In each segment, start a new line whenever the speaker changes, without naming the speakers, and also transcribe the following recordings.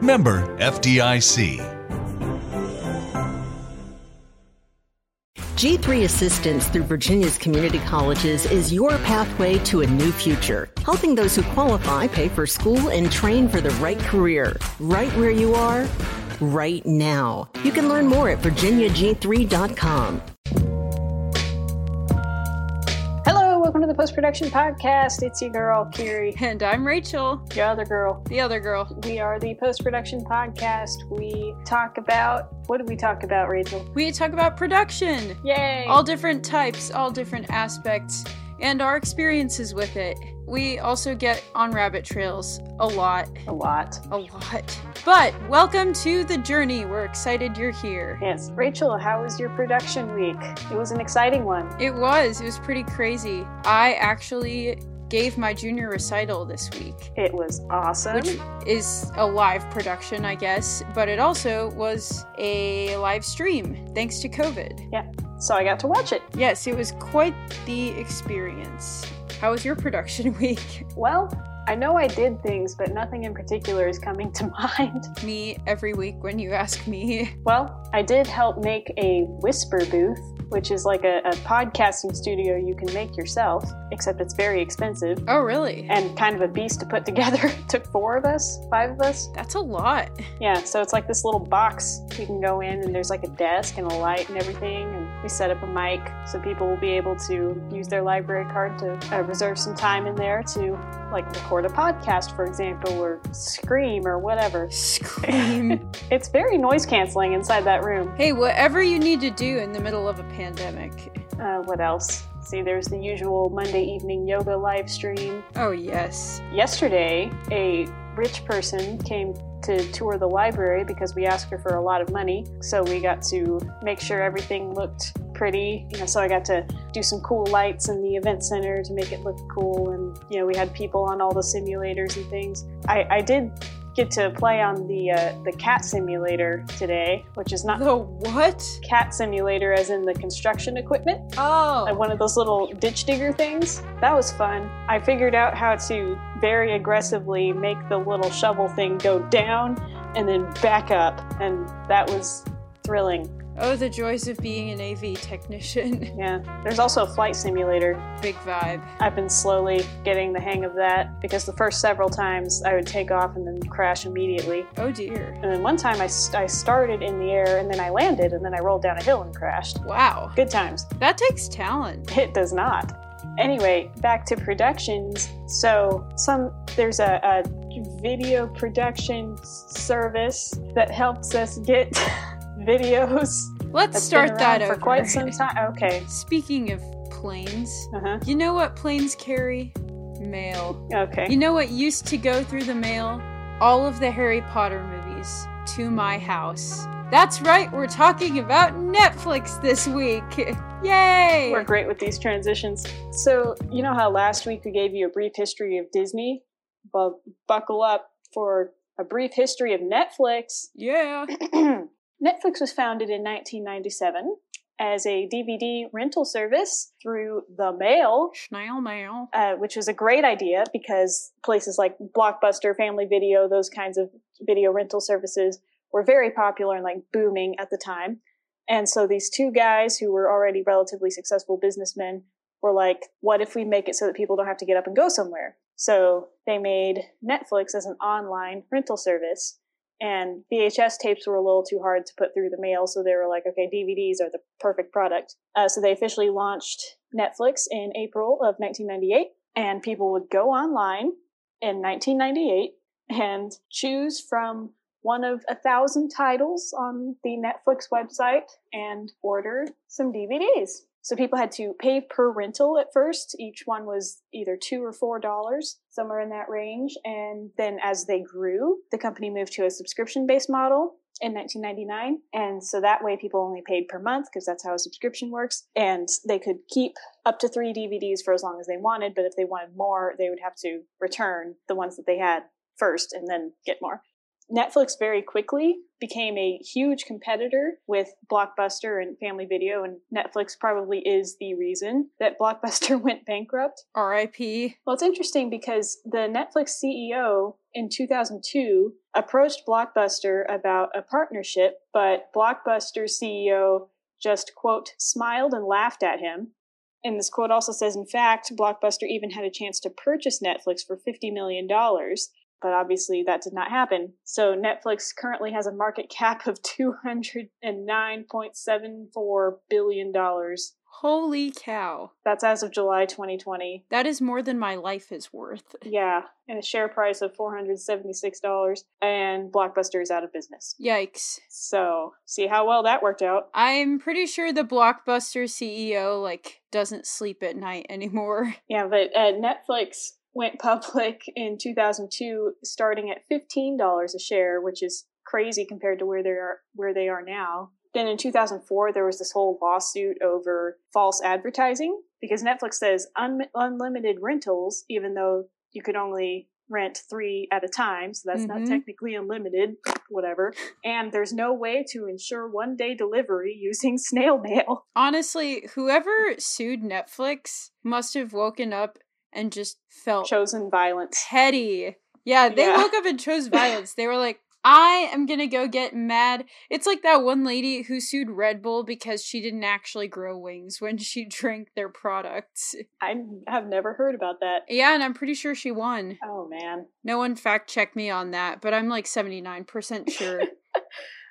Member FDIC.
G3 assistance through Virginia's community colleges is your pathway to a new future, helping those who qualify pay for school and train for the right career, right where you are, right now. You can learn more at virginiag3.com.
Hello, welcome to the post production podcast. It's your girl, Kiri,
And I'm Rachel,
your other girl.
the other girl.
We are the post production podcast. We talk about what do we talk about, Rachel?
We talk about production,
Yay!
all different types, all different aspects, and our experiences with it. We also get on rabbit trails a lot,
a lot.
a lot. But welcome to the journey. We're excited you're here.
Yes. Rachel, how was your production week? It was an exciting one.
It was, it was pretty crazy. I actually gave my junior recital this week.
It was awesome.
Which is a live production, I guess, but it also was a live stream thanks to COVID.
yeah. So I got to watch it.
Yes, it was quite the experience. How was your production week?
Well, I know I did things, but nothing in particular is coming to mind.
Me every week when you ask me.
Well, I did help make a whisper booth, which is like a, a podcasting studio you can make yourself, except it's very expensive
Oh, really?
and kind of a beast to put together. it took four of us, five of us.
That's a lot.
Yeah, so it's like this little box you can go in, and there's like a desk and a light and everything. And we set up a mic so people will be able to use their library card to uh, reserve some time in there to like record a podcast, for example, or scream or whatever.
Scream.
It's very noise canceling inside that room.
hey, whatever you need to do in the middle of a pandemic.
Uh, what else? See, there's the usual Monday evening yoga live stream.
Oh, yes.
Yesterday, a rich person came to tour the library because we asked her for a lot of money. So we got to make sure everything looked pretty. You know, so I got to do some cool lights in the event center to make it look cool. And you know, we had people on all the simulators and things. I, I did get to play on the uh, the cat simulator today, which is not
The what?
cat simulator as in the construction equipment like
Oh.
one of those little ditch digger things. That was fun. I figured out how to very aggressively make the little shovel thing go down and then back up, and that was thrilling.
Oh, the joys of being an AV technician.
Yeah. There's also a flight simulator.
Big vibe.
I've been slowly getting the hang of that because the first several times I would take off and then crash immediately.
Oh, dear.
And then one time I, st- I started in the air and then I landed and then I rolled down a hill and crashed.
Wow.
Good times.
That takes talent.
It does not. Anyway, back to productions. So some there's a, a video production service that helps us get videos. that's
Let's
been
start that
around
over.
for quite some time. Okay.
Speaking of planes,
Uh-huh.
You know what planes carry? Mail. You
Okay.
know what used to go through the mail? All of the Harry Potter movies to my house. That's right, we're talking about Netflix this week. Yay!
We're great with these transitions. So you know how last week we gave you a brief history of Disney? Well, buckle up for a brief history of Netflix.
Yeah.
Netflix was founded in 1997 as a DVD rental service through the mail,
Snail mail.
uh, which was a great idea because places like Blockbuster, Family Video, those kinds of video rental services were very popular and like booming at the time. And so these two guys who were already relatively successful businessmen were like, what if we make it so that people don't have to get up and go somewhere? So they made Netflix as an online rental service. And VHS tapes were a little too hard to put through the mail, so they were like, okay, DVDs are the perfect product. Uh, so they officially launched Netflix in April of 1998, and people would go online in 1998 and choose from one of a thousand titles on the Netflix website and order some DVDs. So people had to pay per rental at first. Each one was either two or four dollars, somewhere in that range. And then as they grew, the company moved to a subscription based model in 1999. And so that way people only paid per month because that's how a subscription works. And they could keep up to three DVDs for as long as they wanted. But if they wanted more, they would have to return the ones that they had first and then get more. Netflix very quickly became a huge competitor with Blockbuster and Family Video, and Netflix probably is the reason that Blockbuster went bankrupt.
RIP.
Well, it's interesting because the Netflix CEO in 2002 approached Blockbuster about a partnership, but Blockbuster CEO just, quote, smiled and laughed at him. And this quote also says, in fact, Blockbuster even had a chance to purchase Netflix for $50 million but obviously that did not happen. So Netflix currently has a market cap of $209.74 billion.
Holy cow.
That's as of July 2020.
That is more than my life is worth.
Yeah, and a share price of $476, and Blockbuster is out of business.
Yikes.
So, see how well that worked out.
I'm pretty sure the Blockbuster CEO, like, doesn't sleep at night anymore.
Yeah, but uh, Netflix went public in 2002 starting at $15 a share which is crazy compared to where they are where they are now then in 2004 there was this whole lawsuit over false advertising because netflix says un- unlimited rentals even though you could only rent three at a time so that's mm-hmm. not technically unlimited whatever and there's no way to ensure one day delivery using snail mail
honestly whoever sued netflix must have woken up and just felt
chosen violence.
Petty. Yeah, they yeah. woke up and chose violence. They were like, I am gonna go get mad. It's like that one lady who sued Red Bull because she didn't actually grow wings when she drank their products.
I have never heard about that.
Yeah, and I'm pretty sure she won.
Oh man.
No one fact checked me on that, but I'm like 79% sure.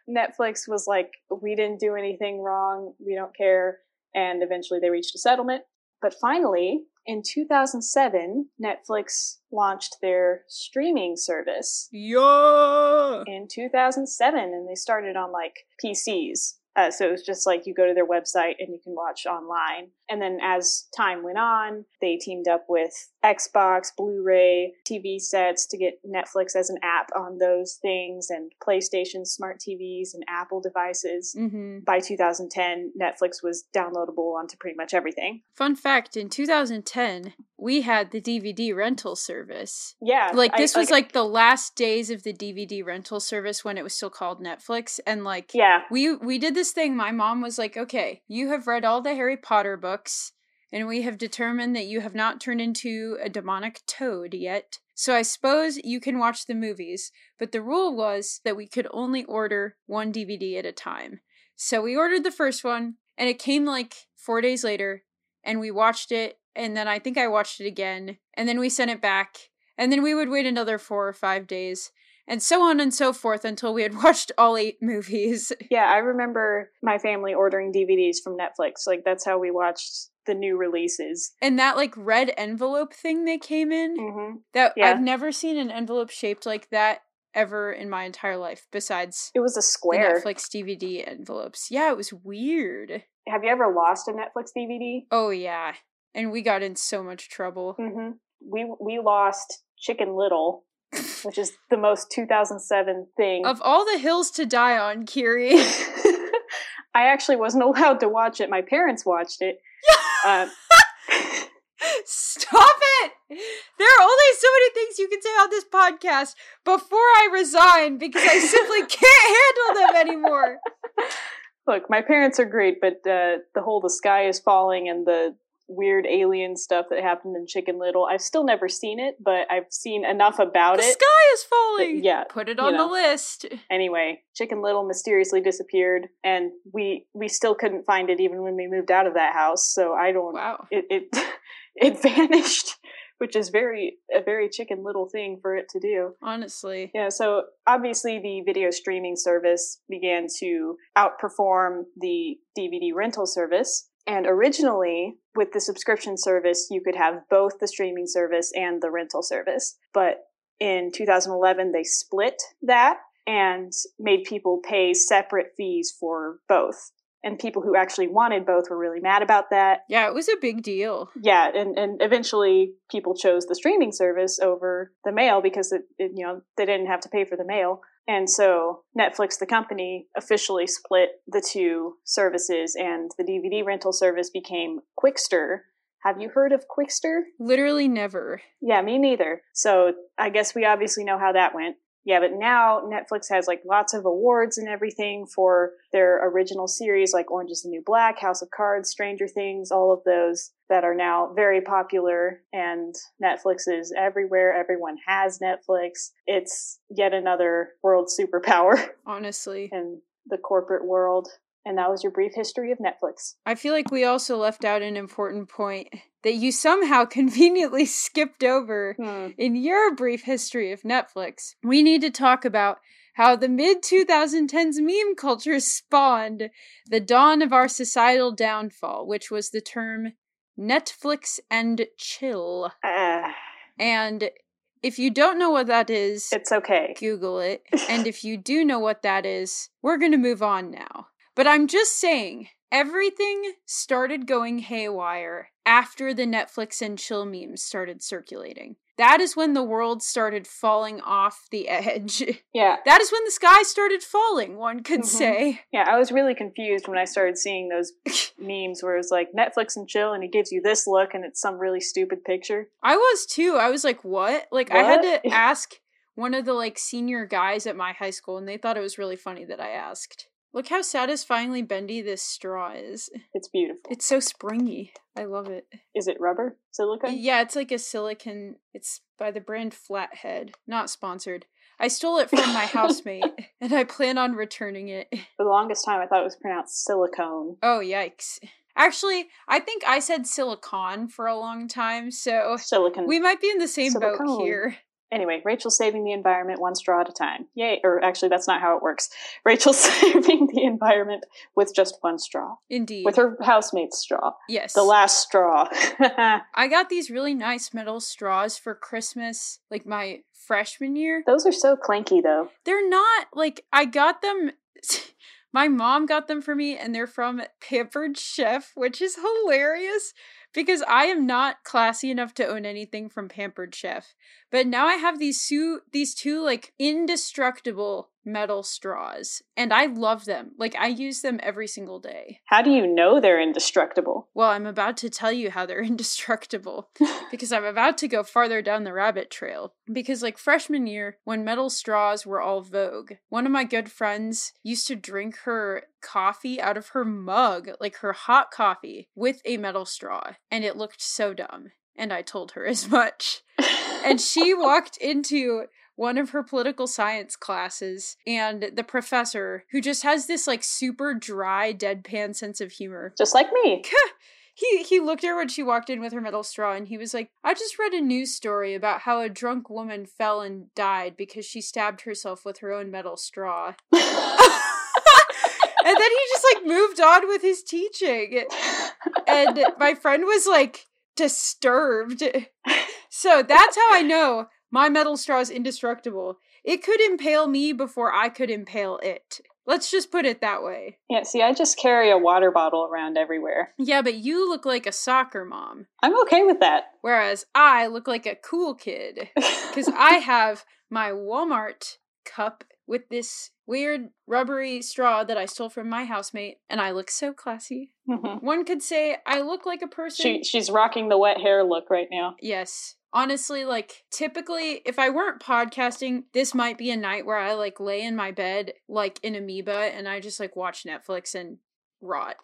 Netflix was like, we didn't do anything wrong, we don't care. And eventually they reached a settlement. But finally, in 2007, Netflix launched their streaming service.
Yeah!
In 2007, and they started on like PCs. Uh, so it was just like you go to their website and you can watch online. And then as time went on, they teamed up with Xbox, Blu ray, TV sets to get Netflix as an app on those things and PlayStation, smart TVs, and Apple devices.
Mm-hmm.
By 2010, Netflix was downloadable onto pretty much everything.
Fun fact in 2010, we had the DVD rental service.
Yeah.
Like this I, was like, like the last days of the DVD rental service when it was still called Netflix and like
yeah.
we we did this thing my mom was like, "Okay, you have read all the Harry Potter books and we have determined that you have not turned into a demonic toad yet. So I suppose you can watch the movies, but the rule was that we could only order one DVD at a time. So we ordered the first one and it came like 4 days later and we watched it and then I think I watched it again, and then we sent it back, and then we would wait another four or five days, and so on and so forth until we had watched all eight movies.
Yeah, I remember my family ordering DVDs from Netflix. Like, that's how we watched the new releases.
And that, like, red envelope thing they came in,
mm-hmm.
that yeah. I've never seen an envelope shaped like that ever in my entire life besides
it was a square
netflix dvd envelopes yeah it was weird
have you ever lost a netflix dvd
oh yeah and we got in so much trouble.
Mm-hmm. We we lost Chicken Little, which is the most 2007 thing
of all the hills to die on. Kiri,
I actually wasn't allowed to watch it. My parents watched it. um,
Stop it! There are only so many things you can say on this podcast before I resign because I simply can't handle them anymore.
Look, my parents are great, but uh, the whole "the sky is falling" and the weird alien stuff that happened in Chicken Little. I've still never seen it, but I've seen enough about
the
it.
The sky is falling.
But yeah,
put it on you know. the list.
Anyway, Chicken Little mysteriously disappeared, and we we still couldn't find it even when we moved out of that house. So I don't.
Wow.
It it it vanished. Which is very a very chicken little thing for it to do.
Honestly.
Yeah, so obviously the video streaming service began to outperform the DVD rental service. And originally, with the subscription service, you could have both the streaming service and the rental service. But in 2011, they split that and made people pay separate fees for both. and people who actually wanted both were really mad about that.
Yeah, it was a big deal.
Yeah, and, and eventually people chose the streaming service over the mail because it, it you know they didn't have to pay for the mail. And so Netflix, the company, officially split the two services, and the DVD rental service became Quickster. Have you heard of Quickster?
Literally never.
Yeah, me neither. So I guess we obviously know how that went. Yeah, but now Netflix has like lots of awards and everything for their original series, like Orange is the New Black, House of Cards, Stranger Things, all of those that are now very popular. And Netflix is everywhere. Everyone has Netflix. It's yet another world superpower
Honestly,
in the corporate world. And that was your brief history of Netflix.
I feel like we also left out an important point that you somehow conveniently skipped over in your brief history of Netflix. We need to talk about how the mid 2010s meme culture spawned the dawn of our societal downfall, which was the term Netflix and chill.
Ah,
And if you don't know what that is,
it's okay.
Google it. And if you do know what that is, we're going to move on now. But I'm just saying, everything started going haywire after the Netflix and chill memes started circulating. That is when the world started falling off the edge.
Yeah.
that is when the sky started falling, one could
Mhm.
say.
Yeah, I was really confused when I started seeing those memes where it was like Netflix and chill, and it gives you this look, and it's some really stupid picture.
I was too. I was like, what? Like, I had
What?
to ask one of the like senior guys at my high school, and they thought it was really funny that I asked. Look how satisfyingly bendy this straw is.
It's beautiful.
It's so springy. I love it.
Is it rubber silica?
Yeah, it's like a silicon. It's by the brand Flathead. Not sponsored. I stole it from my housemate, and I plan on returning it.
For the longest time, I thought it was pronounced silicone.
Oh, yikes. Actually, I think I said silicon for a long time, so
Silicon.
Oh, we might be in the same boat
Hmm. Silicone.
here.
anyway, Rachel's saving the environment one straw at a time. Yay! Or actually, that's not how it works. Rachel's saving the environment with just one straw,
Indeed.
with her housemate's straw,
yes.
the last straw.
I got these really nice metal straws for Christmas, like my freshman year.
Those are so clanky, though.
They're not like I got them. My mom got them for me, and they're from Pampered Chef, which is hilarious because I am not classy enough to own anything from Pampered Chef. But now I have these two, these two like indestructible metal straws, and I love them. Like I use them every single day.
How do you know they're indestructible?
Well, I'm about to tell you how they're indestructible because I'm about to go farther down the rabbit trail. Because, like, freshman year, when metal straws were all vogue, one of my good friends used to drink her coffee out of her mug, like her hot coffee, with a metal straw, and it looked so dumb. And I told her as much and she walked into one of her political science classes and the professor who just has this like super dry deadpan sense of humor
Just like me.
he he looked at her when she walked in with her metal straw and he was like i just read a news story about how a drunk woman fell and died because she stabbed herself with her own metal straw and then he just like moved on with his teaching and my friend was like disturbed so that's how i know my metal straw is indestructible it could impale me before i could impale it let's just put it that way
Yeah, see, I just carry a water bottle around everywhere.
yeah but you look like a soccer mom
I'm okay with that.
Whereas I look like a cool kid because I have my Walmart cup with this weird rubbery straw that I stole from my housemate, and I look so classy.
Mhm.
One could say I look like a person.
she she's rocking the wet hair look right now.
yes. Honestly, like typically, if I weren't podcasting, this might be a night where I like lay in my bed like an amoeba and I just like watch Netflix and rot.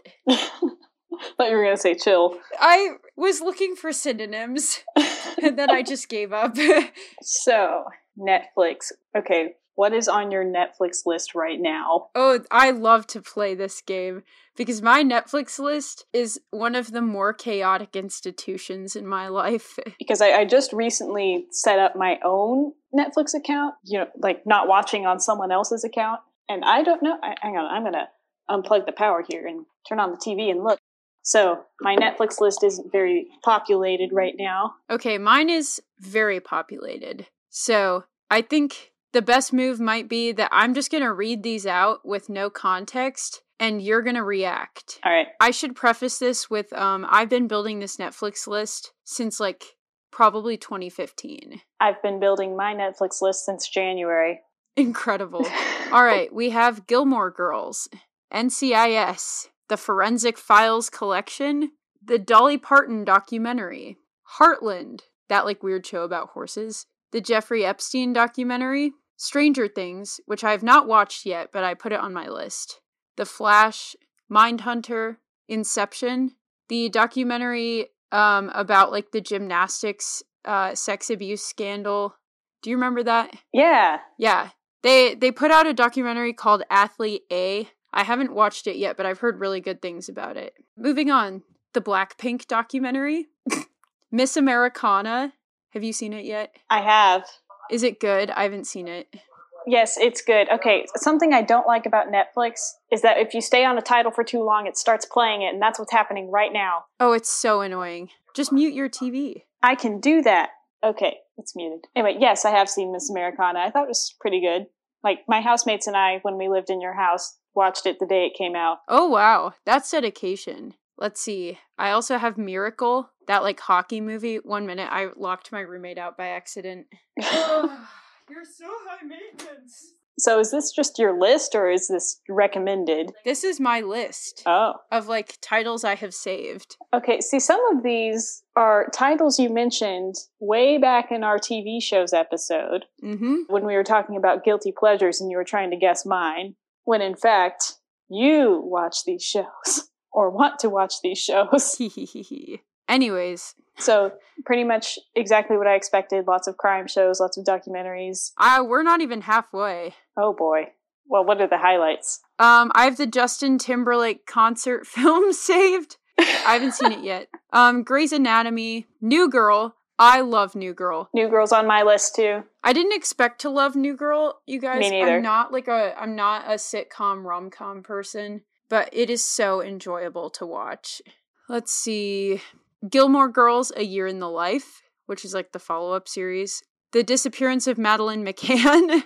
Thought you were gonna say chill.
I was looking for synonyms and then I just gave up.
So Netflix. Okay, what is on your Netflix list right now?
Oh, I love to play this game because my Netflix list is one of the more chaotic institutions in my life.
Because I, I just recently set up my own Netflix account. You know, like not watching on someone else's account. And I don't know. I, hang on, I'm gonna unplug the power here and turn on the TV and look. So my Netflix list isn't very populated right now.
Okay, mine is very populated. So I think the best move might be that I'm just going to read these out with no context and you're going to react.
All right.
I should preface this with um, I've been building this Netflix list since like probably 2015.
I've been building my Netflix list since January.
Incredible. All right, we have Gilmore Girls, NCIS, The Forensic Files Collection, the Dolly Parton documentary, Heartland, that like weird show about horses, the Jeffrey Epstein documentary, Stranger Things, which I have not watched yet, but I put it on my list, The Flash, Mindhunter, Inception, the documentary um, about like the gymnastics uh, sex abuse scandal. Do you remember that?
Yeah.
Yeah. They they put out a documentary called Athlete A. I haven't watched it yet, but I've heard really good things about it. Moving on, the Blackpink documentary, Miss Americana. Have you seen it yet?
I have.
Is it good? I haven't seen it.
Yes, it's good. Okay, something I don't like about Netflix is that if you stay on a title for too long, it starts playing it, and that's what's happening right now.
Oh, it's so annoying. Just mute your TV.
I can do that. Okay, it's muted. Anyway, yes, I have seen Miss Americana. I thought it was pretty good. Like, my housemates and I, when we lived in your house, watched it the day it came out.
Oh wow, that's dedication. Let's see. I also have Miracle, that like hockey movie. One minute, I locked my roommate out by accident.
You're so high maintenance.
So, is this just your list or is this recommended?
This is my list
Oh,
of like titles I have saved.
okay. See, some of these are titles you mentioned way back in our TV shows episode
Mm-hmm.
when we were talking about guilty pleasures and you were trying to guess mine, when in fact, you watch these shows or want to watch these shows.
Anyways,
So, pretty much exactly what I expected lots of crime shows, lots of documentaries.
I we're not even halfway.
Oh boy. Well, what are the highlights?
Um, I have the Justin Timberlake concert film saved. I haven't seen it yet. Um, Grey's Anatomy, New Girl. I love New Girl.
New Girl's on my list too.
I didn't expect to love New Girl, you guys.
Me neither.
I'm not like a I'm not a sitcom rom com person, but it is so enjoyable to watch. Let's see. Gilmore Girls, A Year in the Life, which is like the follow up series. The Disappearance of Madeline McCann,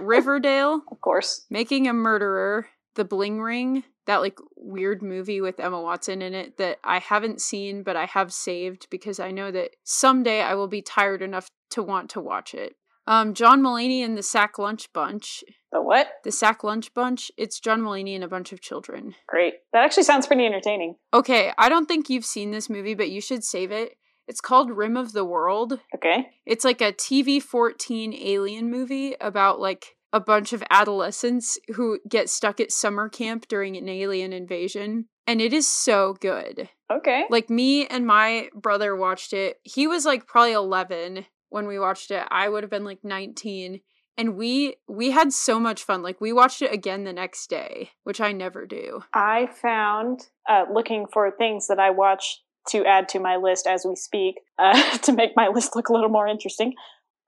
Riverdale,
Of course.
Making a Murderer, The Bling Ring, that like weird movie with Emma Watson in it that I haven't seen but I have saved because I know that someday I will be tired enough to want to watch it. Um, John Mulaney and the Sack Lunch Bunch.
The what?
The Sack Lunch Bunch, it's John Mulaney and a bunch of children.
Great. That actually sounds pretty entertaining.
Okay, I don't think you've seen this movie, but you should save it. It's called Rim of the World.
Okay.
It's like a TV 14 alien movie about like a bunch of adolescents who get stuck at summer camp during an alien invasion. And it is so good.
Okay.
Like, me and my brother watched it. He was like probably 11 when we watched it. I would have been like 19. And we we had so much fun. Like we watched it again the next day, which I never do.
I found uh, looking for things that I watch to add to my list as we speak uh, to make my list look a little more interesting.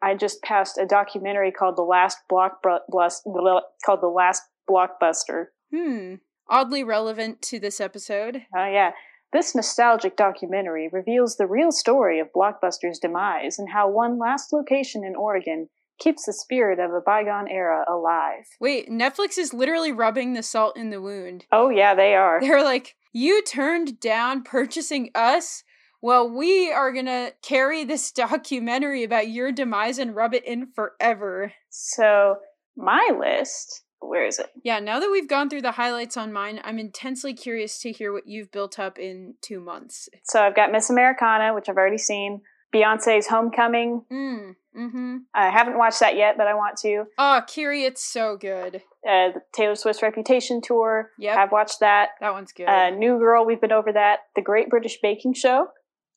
I just passed a documentary called The Last Block Blus- called The Last Blockbuster.
Hmm. Oddly relevant to this episode.
Oh yeah. This nostalgic documentary reveals the real story of Blockbuster's demise and how one last location in Oregon keeps the spirit of a bygone era alive.
Wait, Netflix is literally rubbing the salt in the wound.
Oh yeah, they are.
They're like, you turned down purchasing us? Well, we are gonna carry this documentary about your demise and rub it in forever.
So my list, where is it?
Yeah, now that we've gone through the highlights on mine, I'm intensely curious to hear what you've built up in two months.
So I've got Miss Americana, which I've already seen. Beyonce's Homecoming.
Mm, mm-hmm.
I haven't watched that yet, but I want to.
Oh, Kiri, it's so good.
Uh, the Taylor Swift's Reputation tour.
Yep.
I've watched that.
That one's good.
Uh, New Girl. We've been over that. The Great British Baking Show.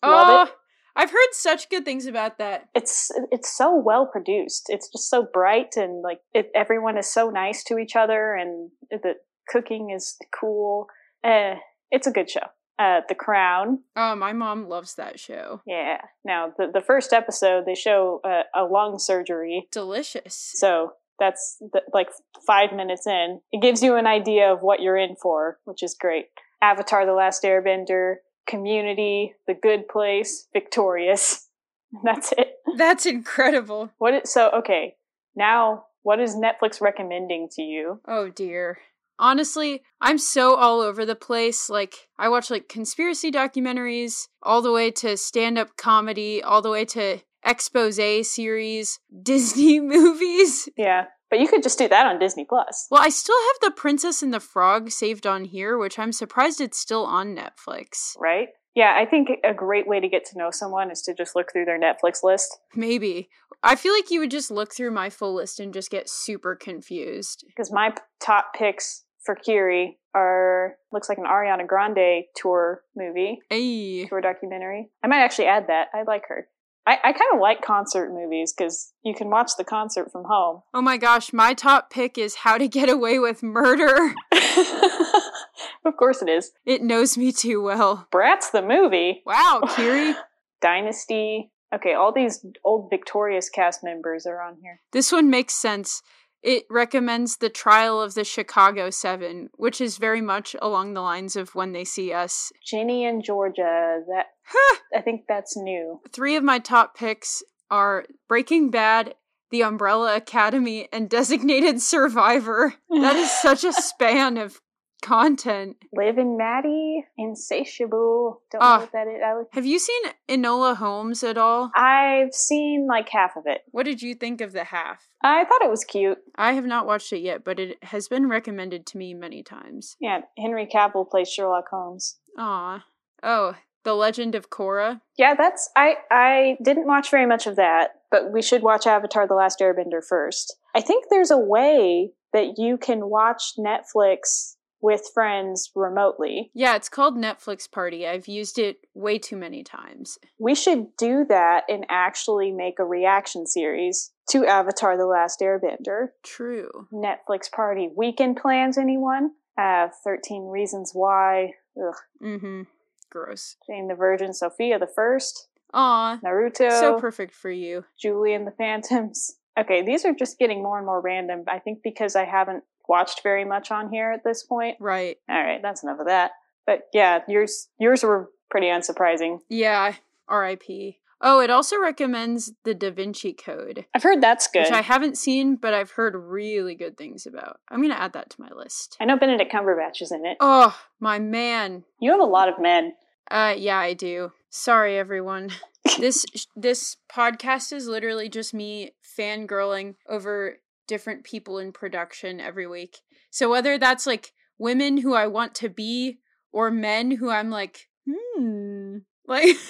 oh,
love it.
I've heard such good things about that.
It's it's so well produced. It's just so bright and like it, everyone is so nice to each other, and the cooking is cool. Uh, it's a good show. Uh, the Crown.
Oh, my mom loves that show.
Yeah. Now the the first episode they show uh, a lung surgery.
Delicious.
So that's the, like five minutes in. It gives you an idea of what you're in for, which is great. Avatar: The Last Airbender, Community, The Good Place, Victorious. That's it.
That's incredible.
What? Is, so okay, now what is Netflix recommending to you?
Oh dear. honestly, I'm so all over the place. Like, I watch like conspiracy documentaries, all the way to stand up comedy, all the way to expose series, Disney movies.
Yeah. But you could just do that on Disney Plus.
Well, I still have The Princess and the Frog saved on here, which I'm surprised it's still on Netflix.
Right? Yeah, I think a great way to get to know someone is to just look through their Netflix list
Maybe. I feel like you would just look through my full list and just get super confused.
because my p- top picks for Kiri are looks like an Ariana Grande tour movie,
Ayy.
tour documentary. I might actually add that. I like her. I, I kind of like concert movies because you can watch the concert from home.
Oh my gosh, my top pick is How to Get Away with Murder.
of course it is.
It knows me too well.
Bratz the movie,
Wow, Kiri.
Dynasty. Okay, all these old Victorious cast members are on here.
This one makes sense. It recommends the trial of the Chicago Seven, which is very much along the lines of When They See Us.
Ginny and Georgia. That I think that's new.
Three of my top picks are Breaking Bad, The Umbrella Academy, and Designated Survivor. That is such a span of content.
Liv and Maddie, Insatiable. Don't
Ah.
know what that is. I like-
Have you seen Enola Holmes at all?
I've seen like half of it.
What did you think of the half?
I thought it was cute.
I have not watched it yet, but it has been recommended to me many times.
Yeah, Henry Cavill plays Sherlock Holmes.
Aw. Oh, The Legend of Korra.
Yeah, that's I I didn't watch very much of that, but we should watch Avatar the Last Airbender first. I think there's a way that you can watch Netflix with friends remotely.
Yeah, it's called Netflix Party. I've used it way too many times.
We should do that and actually make a reaction series to Avatar the Last Airbender.
True.
Netflix party weekend plans, anyone? Uh, 13 Reasons Why, Ugh,
Mm-hmm. Gross.
Jane the Virgin, Sophia the First,
Aw.
Naruto,
So perfect for you.
Julie and the Phantoms. Okay, these are just getting more and more random. I think because I haven't watched very much on here at this point.
Right.
All right, that's enough of that. But yeah, yours yours were pretty unsurprising.
Yeah. R.I.P. Oh, it also recommends The Da Vinci Code,
I've heard that's good.
which I haven't seen, but I've heard really good things about. I'm going to add that to my list.
I know Benedict Cumberbatch is in it.
Oh, my man.
You have a lot of men.
Uh, yeah, I do. Sorry, everyone. this this podcast is literally just me fangirling over different people in production every week. So whether that's like women who I want to be or men who I'm like, hmm, like.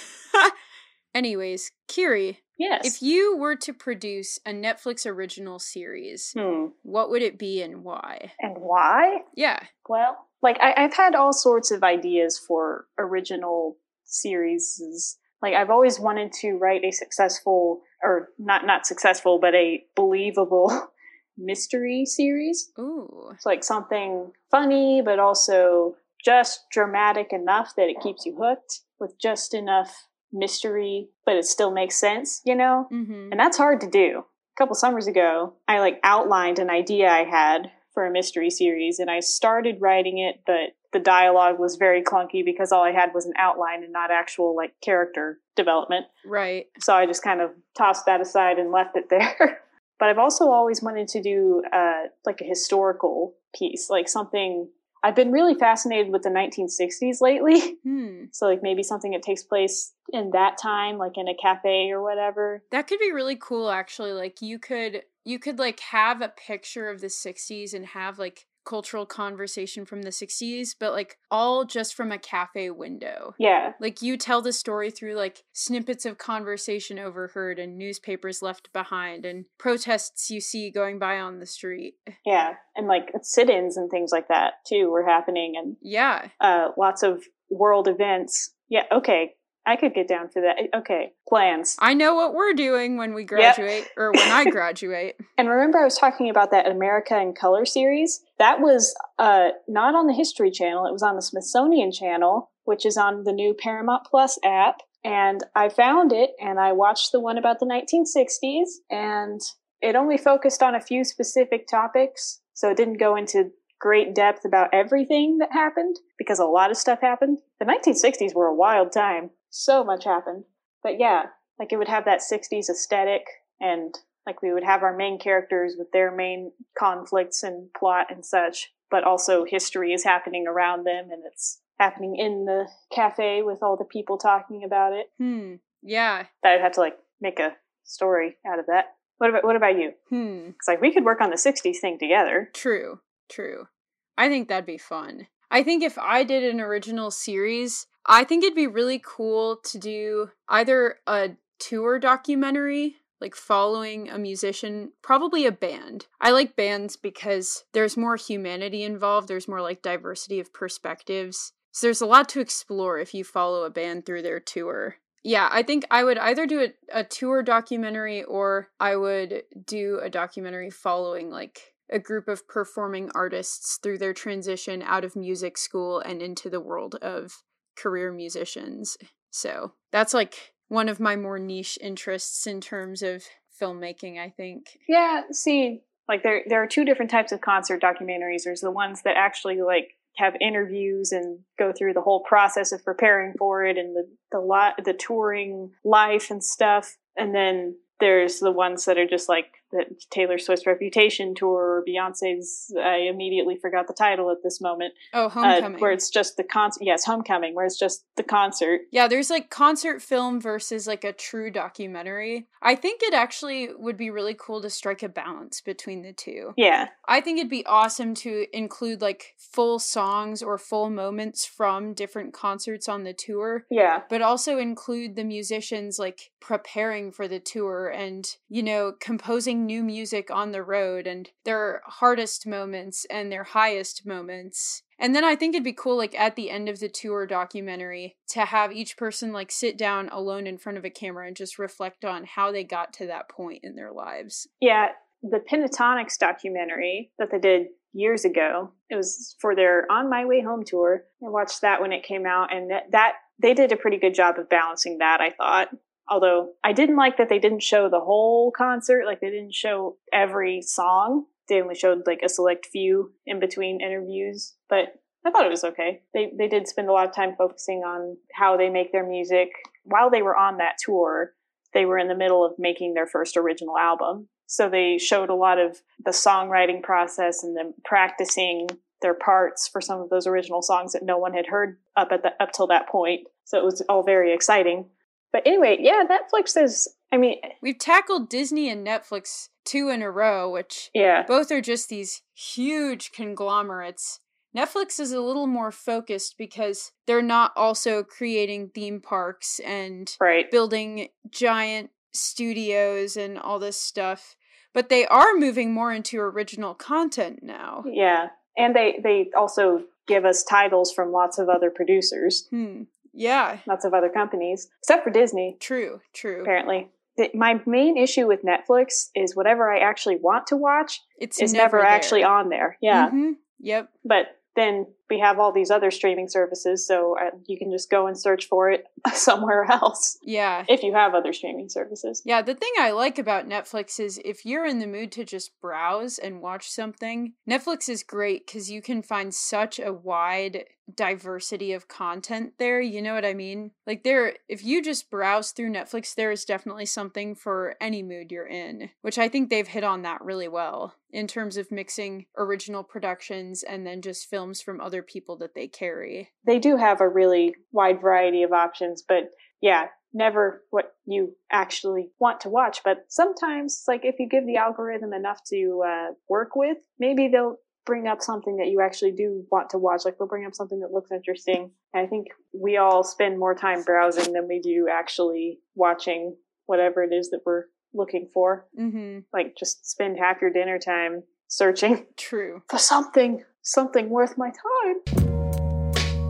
Anyways, Kiri,
Yes.
if you were to produce a Netflix original series,
hmm.
what would it be and why?
And why?
Yeah,
Well, like I, I've had all sorts of ideas for original series. Like I've always wanted to write a successful, or not not successful, but a believable mystery series.
ooh,
It's like something funny, but also just dramatic enough that it keeps you hooked, with just enough mystery, but it still makes sense. You know,
mm-hmm.
and that's hard to do. A couple summers ago, I like outlined an idea I had for a mystery series and I started writing it, but the dialogue was very clunky because all I had was an outline and not actual like character development.
right,
So I just kind of tossed that aside and left it there. but I've also always wanted to do uh, like a historical piece, like something I've been really fascinated with the 1960s lately.
hmm.
so like maybe something that takes place in that time, like in a cafe or whatever.
That could be really cool actually. Like you could you could like have a picture of the 60s and have like cultural conversation from the 60s, but like all just from a cafe window.
Yeah,
Like you tell the story through like snippets of conversation overheard and newspapers left behind and protests you see going by on the street.
Yeah, and like sit-ins and things like that too were happening, and
Yeah.
uh, lots of world events. Yeah, okay, I could get down for that. Okay, plans.
I know what we're doing when we graduate or when I graduate.
And remember, I was talking about that America in Color series. That was uh, not on the History Channel; it was on the Smithsonian Channel, which is on the new Paramount Plus app. And I found it, and I watched the one about the 1960s, and it only focused on a few specific topics, so it didn't go into great depth about everything that happened because a lot of stuff happened. The 1960s were a wild time; so much happened. But yeah, like it would have that 60s aesthetic and Like we would have our main characters with their main conflicts and plot and such, but also history is happening around them and it's happening in the cafe with all the people talking about it.
Hmm. Yeah.
That I'd have to like make a story out of that. What about what about you?
Hmm.
It's like we could work on the '60s thing together.
True. True. I think that'd be fun. I think if I did an original series, I think it'd be really cool to do either a tour documentary, like following a musician, probably a band. I like bands because there's more humanity involved, there's more like diversity of perspectives. So there's a lot to explore if you follow a band through their tour. Yeah, I think I would either do a, a tour documentary or I would do a documentary following like a group of performing artists through their transition out of music school and into the world of career musicians. So that's like one of my more niche interests in terms of filmmaking, I think.
Yeah, see, like there there are two different types of concert documentaries. There's the ones that actually like have interviews and go through the whole process of preparing for it and the the lot the touring life and stuff. And then there's the ones that are just like the Taylor Swift's Reputation tour or Beyonce's. I immediately forgot the title at this moment.
Oh,
uh,
Homecoming.
where it's just the concert. Yes, Homecoming, where it's just the concert.
yeah, there's like concert film versus like a true documentary. I think it actually would be really cool to strike a balance between the two.
Yeah,
I think it'd be awesome to include like full songs or full moments from different concerts on the tour
yeah.
but also include the musicians like preparing for the tour and you know composing new music on the road and their hardest moments and their highest moments and then i think it'd be cool like at the end of the tour documentary to have each person like sit down alone in front of a camera and just reflect on how they got to that point in their lives
Yeah, the Pentatonics documentary that they did years ago. It was for their On My Way Home tour. I watched that when it came out, and that, that they did a pretty good job of balancing that. I thought. Although I didn't like that they didn't show the whole concert, like they didn't show every song. They only showed like a select few in between interviews, but I thought it was okay. They they did spend a lot of time focusing on how they make their music while they were on that tour they were in the middle of making their first original album. So they showed a lot of the songwriting process and them practicing their parts for some of those original songs that no one had heard up at the, up till that point. So it was all very exciting. But anyway, yeah, Netflix is. I mean,
we've tackled disney and netflix two in a row which
yeah,
both are just these huge conglomerates. Netflix is a little more focused because they're not also creating theme parks and
right.
building giant studios and all this stuff, but they are moving more into original content now.
Yeah, and they they also give us titles from lots of other producers,
Hmm. Yeah.
lots of other companies, except for Disney.
True. True.
Apparently, the, my main issue with Netflix is whatever I actually want to watch
It's
is never,
there.
actually on there. Yeah.
Mhm. Yep.
But then we have all these other streaming services, so uh, you can just go and search for it somewhere else
Yeah.
if you have other streaming services.
Yeah, the thing I like about Netflix is if you're in the mood to just browse and watch something, Netflix is great because you can find such a wide diversity of content there. You know what I mean? Like, there, if you just browse through Netflix, there is definitely something for any mood you're in, which I think they've hit on that really well in terms of mixing original productions and then just films from other people that they carry.
They do have a really wide variety of options, but yeah, never what you actually want to watch. But sometimes, like if you give the algorithm enough to uh, work with, maybe they'll bring up something that you actually do want to watch. Like they'll bring up something that looks interesting. And I think we all spend more time browsing than we do actually watching whatever it is that we're looking for.
hmm.
like just spend half your dinner time searching
True.
for something something worth my time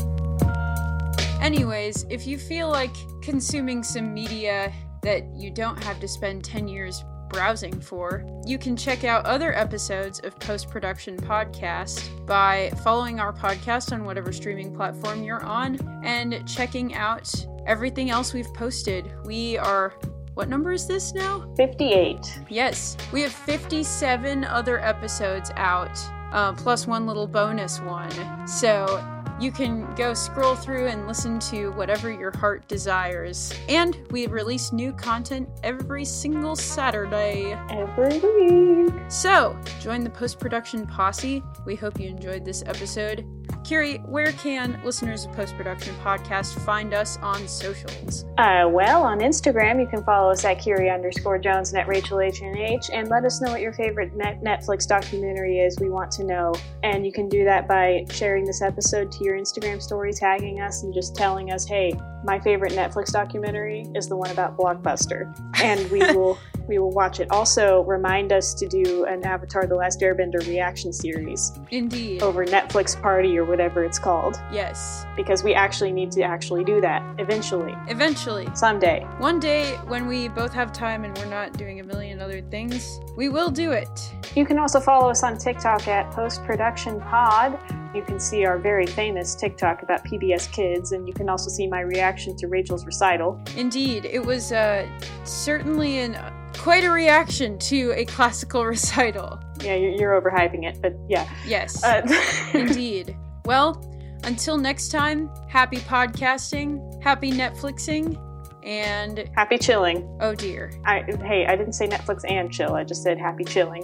Anyways, if you feel like consuming some media that you don't have to spend 10 years browsing for, you can check out other episodes of Post Production Podcast by following our podcast on whatever streaming platform you're on and checking out everything else we've posted. We are. What number is this now?
58
Yes, we have 57 other episodes out, uh, plus one little bonus one. So You can go scroll through and listen to whatever your heart desires. And we release new content every single Saturday.
Every week.
So, join the post production posse. We hope you enjoyed this episode. Kiri, where can listeners of Post Production Podcast find us on socials?
Uh, well, on Instagram, you can follow us at Curie underscore Jones and at Rachel H and H, and let us know what your favorite net- Netflix documentary is. We want to know, and you can do that by sharing this episode to your Instagram story, tagging us, and just telling us, "Hey, my favorite Netflix documentary is the one about Blockbuster," and we will we will watch it. Also, remind us to do an Avatar: The Last Airbender reaction series
Indeed.
over Netflix Party or whatever it's called,
Yes.
because we actually need to actually do that eventually,
Eventually.
someday.
One day, when we both have time and we're not doing a million other things, we will do it.
You can also follow us on TikTok at Post Production Pod. You can see our very famous TikTok about PBS Kids, and you can also see my reaction to Rachel's recital.
Indeed, it was uh, certainly an quite a reaction to a classical recital.
Yeah, you're, you're overhyping it, but yeah.
Yes,
Uh,
indeed. Well, until next time, happy podcasting, happy Netflixing, and
happy chilling.
oh dear,
I, hey, I didn't say Netflix and chill. I just said happy chilling.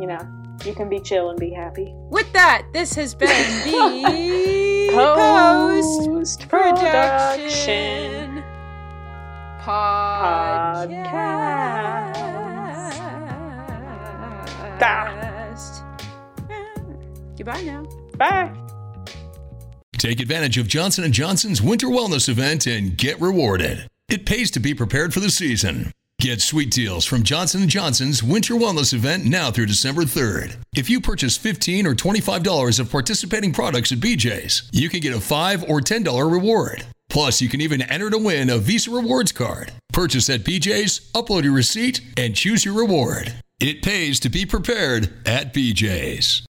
You know, you can be chill and be happy.
With that, this has been the post production podcast. Goodbye now.
Bye.
Take advantage of Johnson & Johnson's Winter Wellness event and get rewarded. It pays to be prepared for the season. Get sweet deals from Johnson & Johnson's Winter Wellness event now through December 3rd. If you purchase $15 or $25 of participating products at BJ's, you can get a $5 or $10 reward. Plus, you can even enter to win a Visa Rewards card. Purchase at BJ's, upload your receipt, and choose your reward. It pays to be prepared at BJ's.